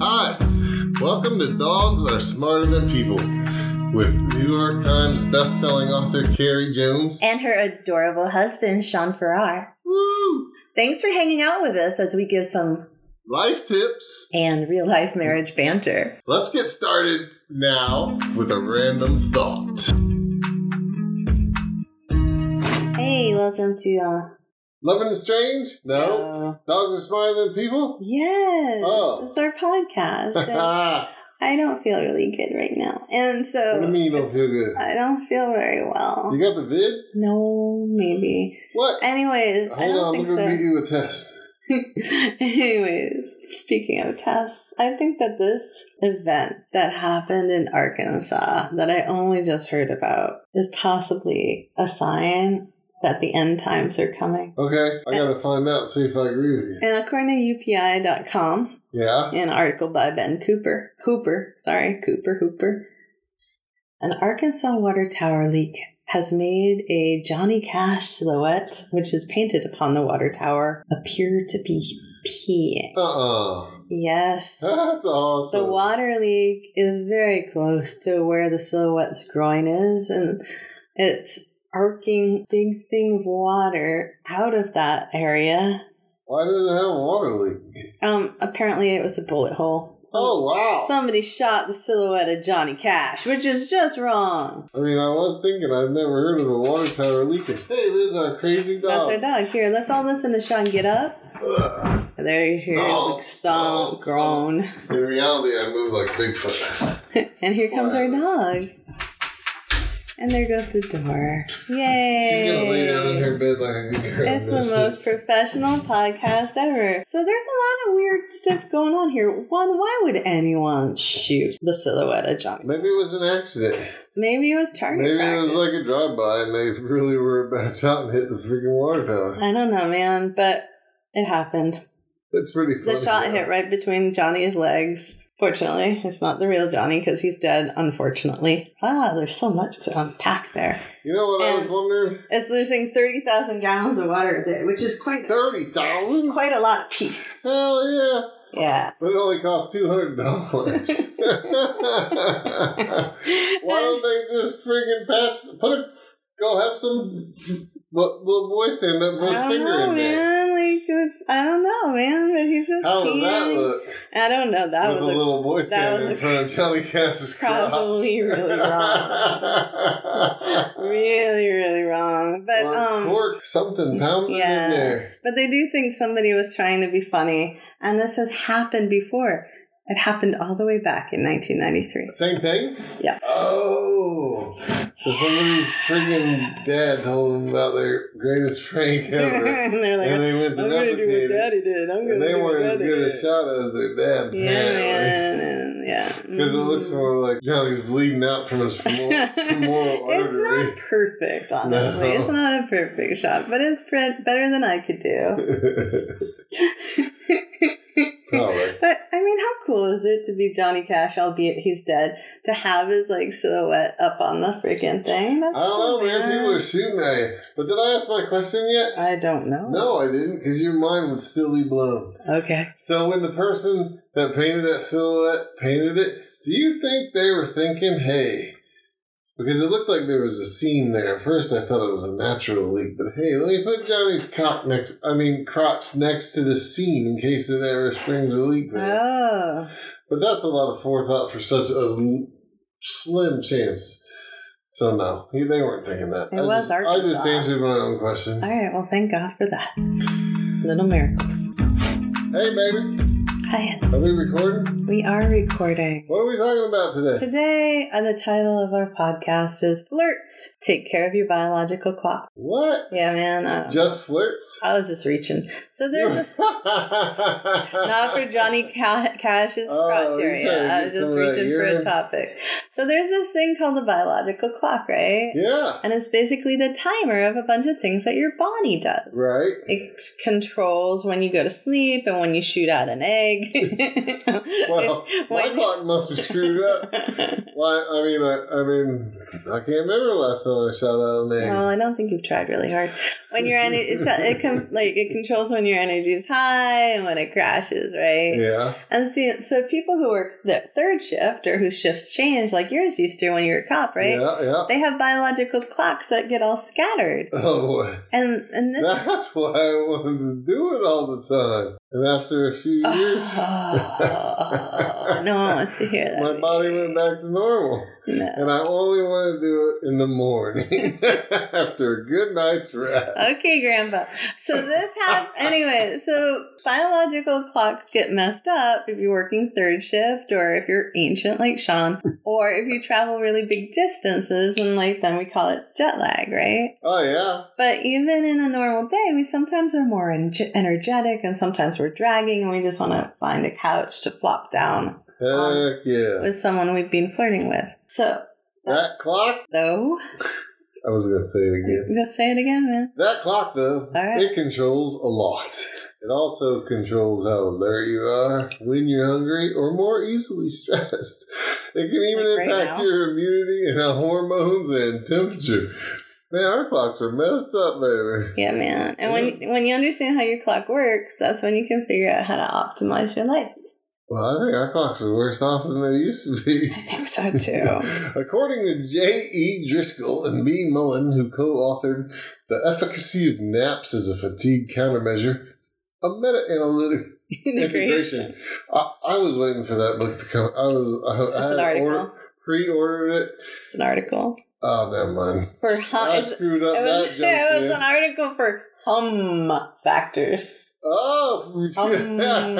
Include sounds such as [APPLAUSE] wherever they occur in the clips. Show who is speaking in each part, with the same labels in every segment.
Speaker 1: Hi, welcome to Dogs Are Smarter Than People with New York Times best-selling author Carrie Jones.
Speaker 2: and her adorable husband, Sean Farrar.
Speaker 1: Woo!
Speaker 2: Thanks for hanging out with us as we give some
Speaker 1: Life tips.
Speaker 2: and real life marriage banter.
Speaker 1: Let's get started now with a random thought.
Speaker 2: Hey, welcome to uh
Speaker 1: Loving is strange? No.
Speaker 2: uh,
Speaker 1: Dogs are smarter than people? [LAUGHS]
Speaker 2: yes,
Speaker 1: Oh.
Speaker 2: it's our
Speaker 1: [LAUGHS]
Speaker 2: podcast. and
Speaker 1: what
Speaker 2: I don't feel really good right now, and so
Speaker 1: do you mean you don't feel good?
Speaker 2: I don't feel very well.
Speaker 1: You got the vid?
Speaker 2: No, maybe.
Speaker 1: What?
Speaker 2: Anyways, I
Speaker 1: Hold
Speaker 2: don't
Speaker 1: on, I'm
Speaker 2: think
Speaker 1: gonna get
Speaker 2: so.
Speaker 1: you a test.
Speaker 2: [LAUGHS] Anyways, speaking of tests, I think that this event that happened in Arkansas that I only just heard about is possibly a sign that the end times are coming.
Speaker 1: Okay, I gotta find out, see if I agree with you.
Speaker 2: And according to UPI.com,
Speaker 1: Yeah?
Speaker 2: an article by Ben Cooper, Hooper, sorry, Cooper Hooper, an Arkansas water tower leak has made a Johnny Cash silhouette, which is painted upon the water tower, appear to be peeing.
Speaker 1: Uh-uh. [LAUGHS]
Speaker 2: Yes.
Speaker 1: That's awesome.
Speaker 2: The water leak is very close to where the silhouette's groin is, and it's arcing big thing of water out of that area.
Speaker 1: Why does it have a water leak?
Speaker 2: Um, apparently it was a bullet hole. Some-
Speaker 1: Oh, wow.
Speaker 2: Somebody shot the silhouette of Johnny Cash, which is just wrong.
Speaker 1: I mean, I was thinking I've never heard of a water tower leaking. Hey, there's our crazy
Speaker 2: That's
Speaker 1: dog.
Speaker 2: our dog. Here, let's all listen to Sean get up.
Speaker 1: Ugh.
Speaker 2: There you hear it's like stomp,
Speaker 1: Stomp, stomp,
Speaker 2: groan. [LAUGHS]
Speaker 1: In reality, I move like Bigfoot.
Speaker 2: and here comes our dog. And there goes the door. Yay!
Speaker 1: She's gonna lay down in her bed like a good girl.
Speaker 2: It's the most professional podcast ever. So there's a lot of weird stuff going on here. One, why would anyone shoot the silhouette of Johnny?
Speaker 1: Maybe it was an accident.
Speaker 2: Maybe it was target
Speaker 1: Maybe it
Speaker 2: practice.
Speaker 1: was like a drive-by and they really were about to out and hit the freaking water tower.
Speaker 2: I don't know, man, but it happened.
Speaker 1: That's pretty
Speaker 2: The
Speaker 1: funny.
Speaker 2: shot
Speaker 1: though.
Speaker 2: hit right between Johnny's legs. Fortunately, it's not the real Johnny because he's dead. Unfortunately, ah, there's so much to unpack there.
Speaker 1: You know what I was
Speaker 2: And-
Speaker 1: wondering?
Speaker 2: It's losing thirty thousand gallons of water a day, which is quite
Speaker 1: Thirty thousand?
Speaker 2: quite a lot of pee.
Speaker 1: Hell yeah!
Speaker 2: Yeah.
Speaker 1: But it only costs two hundred
Speaker 2: [LAUGHS]
Speaker 1: dollars. [LAUGHS] Why don't they just friggin' patch? Put a go have some little little boy stand up and put his
Speaker 2: I don't
Speaker 1: finger
Speaker 2: know,
Speaker 1: in there.
Speaker 2: Uh-huh, man. Like it's, I don't know, man. But he's just
Speaker 1: How does that
Speaker 2: peeing.
Speaker 1: look?
Speaker 2: I don't know. That
Speaker 1: with a
Speaker 2: would look.
Speaker 1: little boy standing in
Speaker 2: look
Speaker 1: front of Johnny Cash's crotch.
Speaker 2: probably really
Speaker 1: [LAUGHS]
Speaker 2: Really, really wrong, but
Speaker 1: or
Speaker 2: um,
Speaker 1: cork something pounded
Speaker 2: yeah.
Speaker 1: in there.
Speaker 2: but they do think somebody was trying to be funny, and this has happened before. It happened all the way back in 1993.
Speaker 1: Same thing.
Speaker 2: Yeah.
Speaker 1: Oh, so somebody's friggin' dad told them about their greatest prank ever.
Speaker 2: and they're [LAUGHS] like,
Speaker 1: and they went to
Speaker 2: "I'm gonna do
Speaker 1: replicate it.
Speaker 2: what Daddy did. I'm gonna
Speaker 1: And they
Speaker 2: do what
Speaker 1: weren't as
Speaker 2: Daddy
Speaker 1: good
Speaker 2: did."
Speaker 1: a shot as their dad,
Speaker 2: Yeah, Mm.
Speaker 1: apparently.
Speaker 2: man, yeah.
Speaker 1: Because it looks more like Johnny's bleeding out from his [LAUGHS]
Speaker 2: [LAUGHS]
Speaker 1: femoral, femoral
Speaker 2: Mm-hmm. it's
Speaker 1: artery.
Speaker 2: not perfect,
Speaker 1: No.
Speaker 2: honestly. It's not a perfect shot, but it's pre- better than I could do.
Speaker 1: Probably.
Speaker 2: But I mean, how cool is it to be Johnny Cash, albeit he's dead, to have his like silhouette up on the freaking thing? That's
Speaker 1: I don't know,
Speaker 2: cool,
Speaker 1: man. People are shooting at you. But did I ask my question yet?
Speaker 2: I don't know.
Speaker 1: No, I didn't, because your mind would still be blown.
Speaker 2: Okay.
Speaker 1: So when the person that painted that silhouette painted it, do you think they were thinking, hey, because it looked like there was a seam there. At first, I thought it was a natural leak, but hey, let me put Johnny's cock next, I mean, crotch next to the seam in case it ever springs a leak there.
Speaker 2: Oh,
Speaker 1: But that's a lot of forethought for such a l- slim chance. So no, they weren't thinking that.
Speaker 2: It
Speaker 1: I
Speaker 2: was
Speaker 1: just, I just
Speaker 2: Arkansas.
Speaker 1: answered my own question.
Speaker 2: all right. Well, thank God for that. Little miracles.
Speaker 1: Hey, baby,
Speaker 2: Hi,
Speaker 1: are we recording?
Speaker 2: we are recording.
Speaker 1: What are we talking about today?
Speaker 2: Today, uh, the title of our podcast is Flirts. Take care of your biological clock.
Speaker 1: What?
Speaker 2: Yeah, man. I, don't know.
Speaker 1: Just flirts?
Speaker 2: I was just reaching. So there's a,
Speaker 1: [LAUGHS]
Speaker 2: not
Speaker 1: Not
Speaker 2: for Johnny Ca- Cash's
Speaker 1: Oh,
Speaker 2: crotch
Speaker 1: you're trying to
Speaker 2: area. I was
Speaker 1: get
Speaker 2: just
Speaker 1: some of that
Speaker 2: reaching for a
Speaker 1: urine.
Speaker 2: topic. So there's this thing called the biological clock, right?
Speaker 1: Yeah.
Speaker 2: And it's basically the timer of a bunch of things that your body does.
Speaker 1: Right.
Speaker 2: It controls when you go to sleep and when you shoot out an egg [LAUGHS] like
Speaker 1: Well, my
Speaker 2: when-
Speaker 1: clock must be screwed
Speaker 2: [LAUGHS]
Speaker 1: up. Why? I mean, I, I mean, I can't remember last time I shot out an egg.
Speaker 2: Well, I don't think you've tried really hard. When your energy, it, it com- like it controls when your energy is high and when it crashes, right?
Speaker 1: yeah,
Speaker 2: And so, so people who work the third shift or whose shifts change, like yours used to when you were a cop, right?
Speaker 1: yeah, yeah.
Speaker 2: They have biological clocks that get all scattered,
Speaker 1: Oh boy.
Speaker 2: and and this. [LAUGHS]
Speaker 1: That's why I wanted to do it all the time. And after a few
Speaker 2: [LAUGHS]
Speaker 1: years,
Speaker 2: Oh, no one wants to hear that.
Speaker 1: my body went back to normal.
Speaker 2: No.
Speaker 1: And I only want to do it in the morning [LAUGHS] after a good night's rest.
Speaker 2: Okay, Grandpa. So
Speaker 1: [LAUGHS]
Speaker 2: this happened anyway. So biological clocks get messed up if you're working third shift, or if you're ancient like Sean, or if you travel really big distances, and like then we call it jet lag, right?
Speaker 1: Oh, yeah.
Speaker 2: But even in a normal day, we sometimes are more en- energetic, and sometimes we're dragging, and we just want to find a couch to flop down Um,
Speaker 1: Heck yeah.
Speaker 2: with someone we've been flirting with. So
Speaker 1: That clock,
Speaker 2: though,
Speaker 1: I was going to say it again.
Speaker 2: just say it again, man.
Speaker 1: That clock, though,
Speaker 2: right.
Speaker 1: it controls a lot. It also controls how alert you are when you're hungry or more easily [LAUGHS] stressed. It can even
Speaker 2: Like right
Speaker 1: impact
Speaker 2: now.
Speaker 1: your immunity and hormones and temperature. Man, our clocks are messed up, baby.
Speaker 2: Yeah, man. And when when you understand how your clock works, that's when you can figure out how to optimize your life.
Speaker 1: Well, I think our clocks are worse off than they used to
Speaker 2: [LAUGHS]
Speaker 1: be.
Speaker 2: I
Speaker 1: [LAUGHS]
Speaker 2: think so [LAUGHS] too.
Speaker 1: According to J. E. Driscoll and B. Mullen, who co-authored "The Efficacy of Naps as a Fatigue Countermeasure," a meta-analytic integration. I, I was waiting for that book to come. I was. I,
Speaker 2: It's
Speaker 1: I
Speaker 2: an
Speaker 1: had
Speaker 2: article.
Speaker 1: order, pre-ordered it.
Speaker 2: It's an article
Speaker 1: Oh, never mind.
Speaker 2: for
Speaker 1: I
Speaker 2: hum. It
Speaker 1: screwed up
Speaker 2: was,
Speaker 1: that
Speaker 2: [LAUGHS] it
Speaker 1: joke. man.
Speaker 2: was an article for hum factors.
Speaker 1: oh, [LAUGHS]
Speaker 2: Um.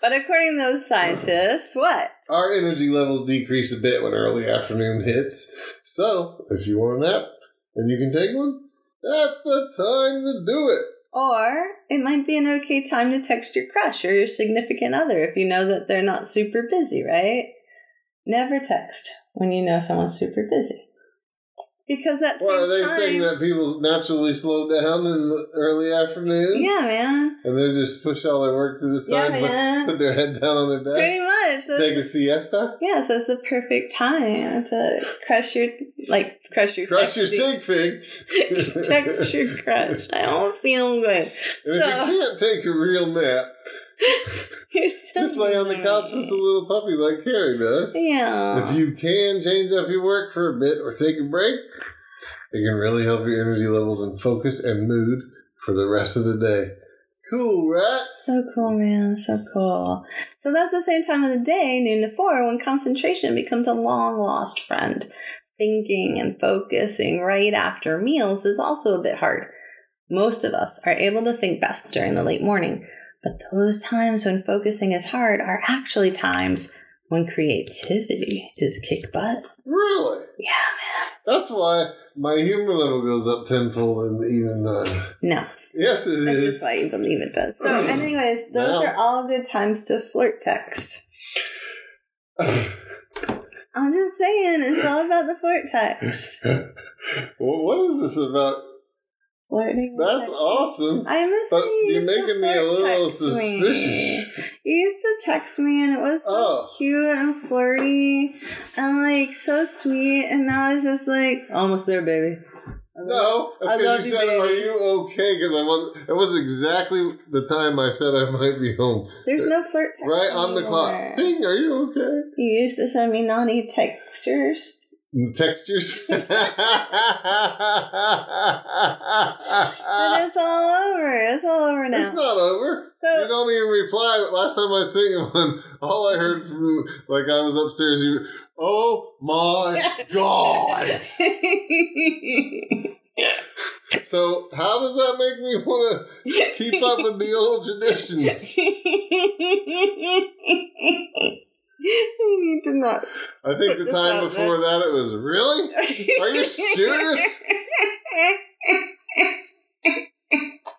Speaker 2: But according to those scientists, what?
Speaker 1: our energy levels decrease a bit when early afternoon hits. So, if you want a nap and you can take one, that's the time to do it.
Speaker 2: Or it might be an okay time to text your crush or your significant other if you know that they're not super busy, right? Never text when you know someone's super busy. Because that's
Speaker 1: What are they saying that people naturally slow down in the early afternoon?
Speaker 2: Yeah, man.
Speaker 1: And they just push all their work to the
Speaker 2: Yeah,
Speaker 1: side, put- put,
Speaker 2: man.
Speaker 1: their head down on their desk,
Speaker 2: Pretty much. That's-
Speaker 1: take a siesta,
Speaker 2: yeah, so it's the perfect time to crush your like crush your
Speaker 1: crush your
Speaker 2: text-
Speaker 1: sig fig.
Speaker 2: [LAUGHS] text your
Speaker 1: [LAUGHS]
Speaker 2: crush. I don't feel good.
Speaker 1: And if you can't take a real nap,
Speaker 2: [LAUGHS] You're still
Speaker 1: just lay on the couch with the little puppy like Carrie does.
Speaker 2: Yeah.
Speaker 1: If you can change up your work for a bit or take a break, it can really help your energy levels and focus and mood for the rest of the day. Cool, right?
Speaker 2: So cool, man. So cool. So that's the same time of the day, noon to four, when concentration becomes a long lost friend. Thinking and focusing right after meals is also a bit hard. Most of us are able to think best during the late morning, but those times when focusing is hard are actually times when creativity is kick butt.
Speaker 1: Really?
Speaker 2: Yeah,
Speaker 1: That's why my humor level goes up tenfold in the even nine.
Speaker 2: No,
Speaker 1: Yes, it
Speaker 2: that's
Speaker 1: is. [LAUGHS]
Speaker 2: just why you believe it does. So, anyways, those
Speaker 1: Wow.
Speaker 2: are all good times to flirt text. I'm just saying, it's all about the flirt text.
Speaker 1: Well, what is this about?
Speaker 2: Flirting. with
Speaker 1: That's
Speaker 2: text.
Speaker 1: awesome.
Speaker 2: I miss
Speaker 1: But
Speaker 2: when you
Speaker 1: you're
Speaker 2: used to
Speaker 1: making me a
Speaker 2: flirt
Speaker 1: little
Speaker 2: text me.
Speaker 1: suspicious.
Speaker 2: You used to text me, and it was so
Speaker 1: Oh.
Speaker 2: cute and flirty, and like so sweet. And now it's just like almost there, baby.
Speaker 1: No, that's
Speaker 2: I love
Speaker 1: because you
Speaker 2: you,
Speaker 1: said,
Speaker 2: baby.
Speaker 1: "Are you okay?" Because I wasn't. It was exactly the time I said I might be home.
Speaker 2: There's no flirt text.
Speaker 1: Right on the
Speaker 2: anymore.
Speaker 1: clock. Ding. Are you okay?
Speaker 2: You used to send me naughty textures.
Speaker 1: And the [LAUGHS]
Speaker 2: [LAUGHS]
Speaker 1: textures.
Speaker 2: But
Speaker 1: it's
Speaker 2: it's all over. It's all over now.
Speaker 1: Ah. not over. You
Speaker 2: so
Speaker 1: don't even reply. Last time I seen one, all I heard from like I was upstairs. You, oh
Speaker 2: [LAUGHS]
Speaker 1: my god!
Speaker 2: [LAUGHS]
Speaker 1: So how does that make me want to keep up with the old
Speaker 2: [LAUGHS]
Speaker 1: traditions?
Speaker 2: you need to not.
Speaker 1: I think the time before that it was really. Are you serious?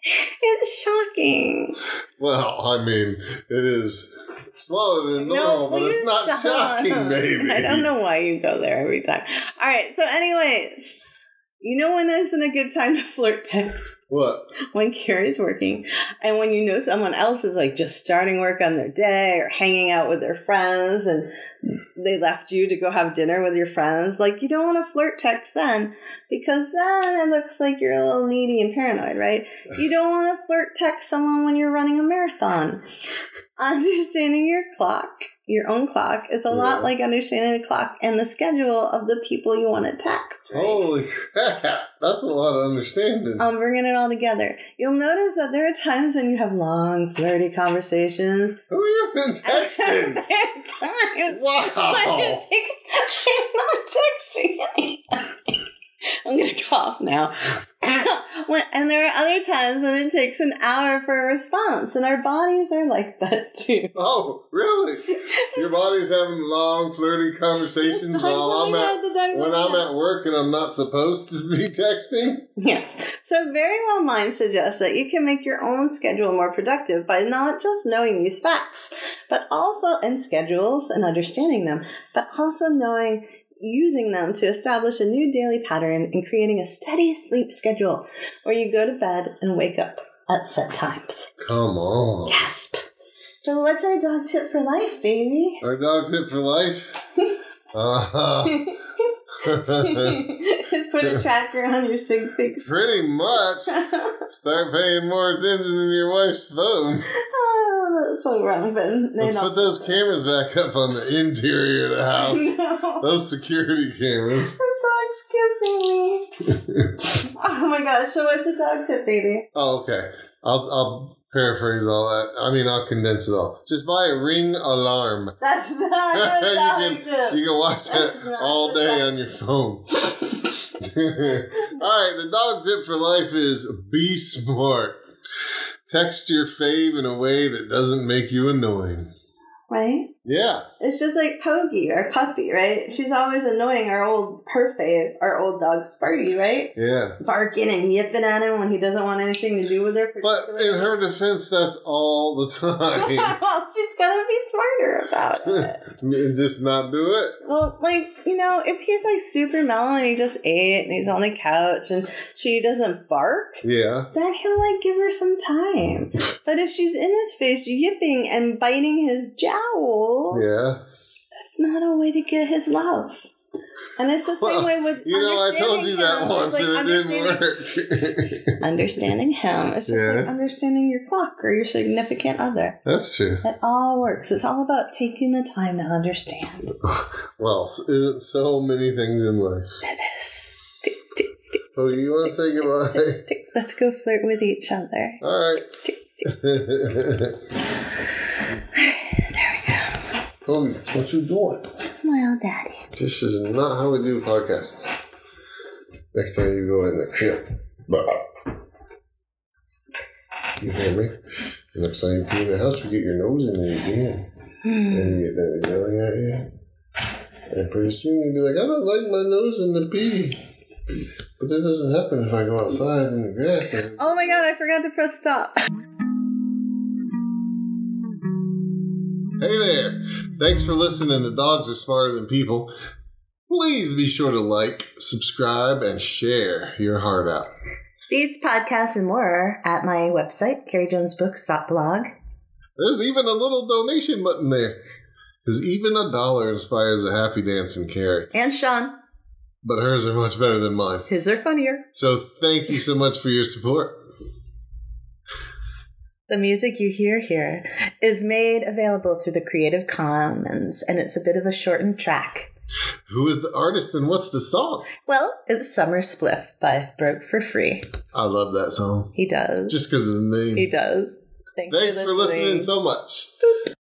Speaker 2: It's shocking.
Speaker 1: Well, I mean, it is smaller than normal, but it's
Speaker 2: please
Speaker 1: not
Speaker 2: stop.
Speaker 1: shocking, baby.
Speaker 2: [LAUGHS] I don't know why you go there every time. All right. So, anyways, you know when isn't a good time to flirt text?
Speaker 1: What?
Speaker 2: [LAUGHS] when Carrie's working and when you know someone else is like just starting work on their day or hanging out with their friends and they left you to go have dinner with your friends, like you don't want to flirt text then because then it looks like you're a little needy and paranoid, right? You don't want to flirt text someone when you're running a marathon. Understanding your clock, your own clock, is a lot
Speaker 1: Yeah.
Speaker 2: like understanding the clock and the schedule of the people you want to text. right?
Speaker 1: Holy crap! That's a lot of understanding.
Speaker 2: um, bringing it all together. You'll notice that there are times when you have long, flirty conversations.
Speaker 1: Who are you
Speaker 2: [LAUGHS]
Speaker 1: been
Speaker 2: And
Speaker 1: texting?
Speaker 2: there are times [LAUGHS] when
Speaker 1: wow.
Speaker 2: it takes. I'm not texting. I'm gonna cough now. [COUGHS] when, and there are other times when it takes an hour for a response, and our bodies are like that too.
Speaker 1: Oh, really? Your body's having long flirty conversations
Speaker 2: Times
Speaker 1: while I'm
Speaker 2: when we
Speaker 1: at
Speaker 2: had the diarrhea.
Speaker 1: when I'm at work and I'm not supposed to be texting.
Speaker 2: Yes. So, Very Well Mind suggests that you can make your own schedule more productive by not just knowing these facts, but also in schedules and understanding them, but also knowing using them to establish a new daily pattern and creating a steady sleep schedule where you go to bed and wake up at set times.
Speaker 1: Come on.
Speaker 2: Gasp. So, what's our dog tip for
Speaker 1: [LAUGHS]
Speaker 2: life, baby?
Speaker 1: Our dog tip for
Speaker 2: [LAUGHS]
Speaker 1: life. Uh,
Speaker 2: Just put a tracker on your Oh, sig [LAUGHS] fig.
Speaker 1: [LAUGHS] pretty much. Start paying more attention to your wife's phone.
Speaker 2: oh, that's so wrong, but
Speaker 1: Let's put those cameras back up on the interior of the house.
Speaker 2: [LAUGHS] No.
Speaker 1: Those security cameras.
Speaker 2: The dog's kissing me.
Speaker 1: [LAUGHS]
Speaker 2: oh my gosh, so what's a dog tip, baby?
Speaker 1: Oh, okay. I'll, I'll paraphrase all that. I mean, I'll condense it all. Just buy a ring alarm.
Speaker 2: That's not a
Speaker 1: [LAUGHS] You
Speaker 2: dog
Speaker 1: can-
Speaker 2: tip.
Speaker 1: You can watch
Speaker 2: That's
Speaker 1: that
Speaker 2: not
Speaker 1: all
Speaker 2: the
Speaker 1: day
Speaker 2: dog-
Speaker 1: on your phone. [LAUGHS] all right, the dog tip for life is be smart. Text your fave in a way that doesn't make you annoying.
Speaker 2: right?
Speaker 1: Yeah.
Speaker 2: It's just like Pokey, our puppy, right? She's always annoying our old, her fave, our old dog Sparty, right?
Speaker 1: Yeah.
Speaker 2: Barking and yipping at him when he doesn't want anything to do with her.
Speaker 1: But [LAUGHS] in her defense, that's all the time.
Speaker 2: [LAUGHS] well, she's gotta be smarter about it.
Speaker 1: [LAUGHS] And Just not do it.
Speaker 2: Well, like, you know, if he's like super mellow and he just ate and he's on the couch and she doesn't bark,
Speaker 1: Yeah.
Speaker 2: then he'll like give her some time. But if she's in his face yipping and biting his jowls,
Speaker 1: Yeah.
Speaker 2: that's not a way to get his love. And it's the same
Speaker 1: Well,
Speaker 2: way with
Speaker 1: You know, I told
Speaker 2: understanding
Speaker 1: you that
Speaker 2: him.
Speaker 1: once
Speaker 2: It's
Speaker 1: and
Speaker 2: like understanding-
Speaker 1: it didn't work. [LAUGHS]
Speaker 2: [LAUGHS] Understanding him. It's just like
Speaker 1: Yeah.
Speaker 2: understanding your clock or your significant other.
Speaker 1: That's true.
Speaker 2: It all works. It's all about taking the time to understand.
Speaker 1: Well, s- isn't so many things in life.
Speaker 2: It is. Tick, tick,
Speaker 1: Oh, you want to say goodbye? [LAUGHS]
Speaker 2: tick. Let's go flirt with each other.
Speaker 1: All right. [LAUGHS]
Speaker 2: There we go.
Speaker 1: Kobe, what you doing?
Speaker 2: Well, daddy.
Speaker 1: This is not how we do podcasts. Next time you go in the crib. Bah. You hear me? Next time you pee in the house, you get your nose in there again.
Speaker 2: Hmm.
Speaker 1: And you get that yelling at you. And pretty soon you'll be like, I don't like my nose in the pee. But that doesn't happen if I go outside in the grass. And
Speaker 2: Oh my god, I forgot to press stop.
Speaker 1: Hey there! Thanks for listening The Dogs Are Smarter Than People. Please be sure to like, subscribe, and share your heart out.
Speaker 2: These podcasts and more are at my website, carriejonesbooks.blog.
Speaker 1: There's even a little donation button there. Because even a dollar inspires a happy dance in Carrie.
Speaker 2: And Sean,
Speaker 1: But hers are much better than mine.
Speaker 2: his are funnier.
Speaker 1: So thank you so much for your support.
Speaker 2: The music you hear here is made available through the Creative Commons, and it's a bit of a shortened track.
Speaker 1: Who is the artist and what's the song?
Speaker 2: Well, it's Summer Spliff by Broke for Free.
Speaker 1: I love that song.
Speaker 2: He does.
Speaker 1: Just because of the
Speaker 2: he
Speaker 1: name.
Speaker 2: does. Thanks,
Speaker 1: Thanks for listening so much.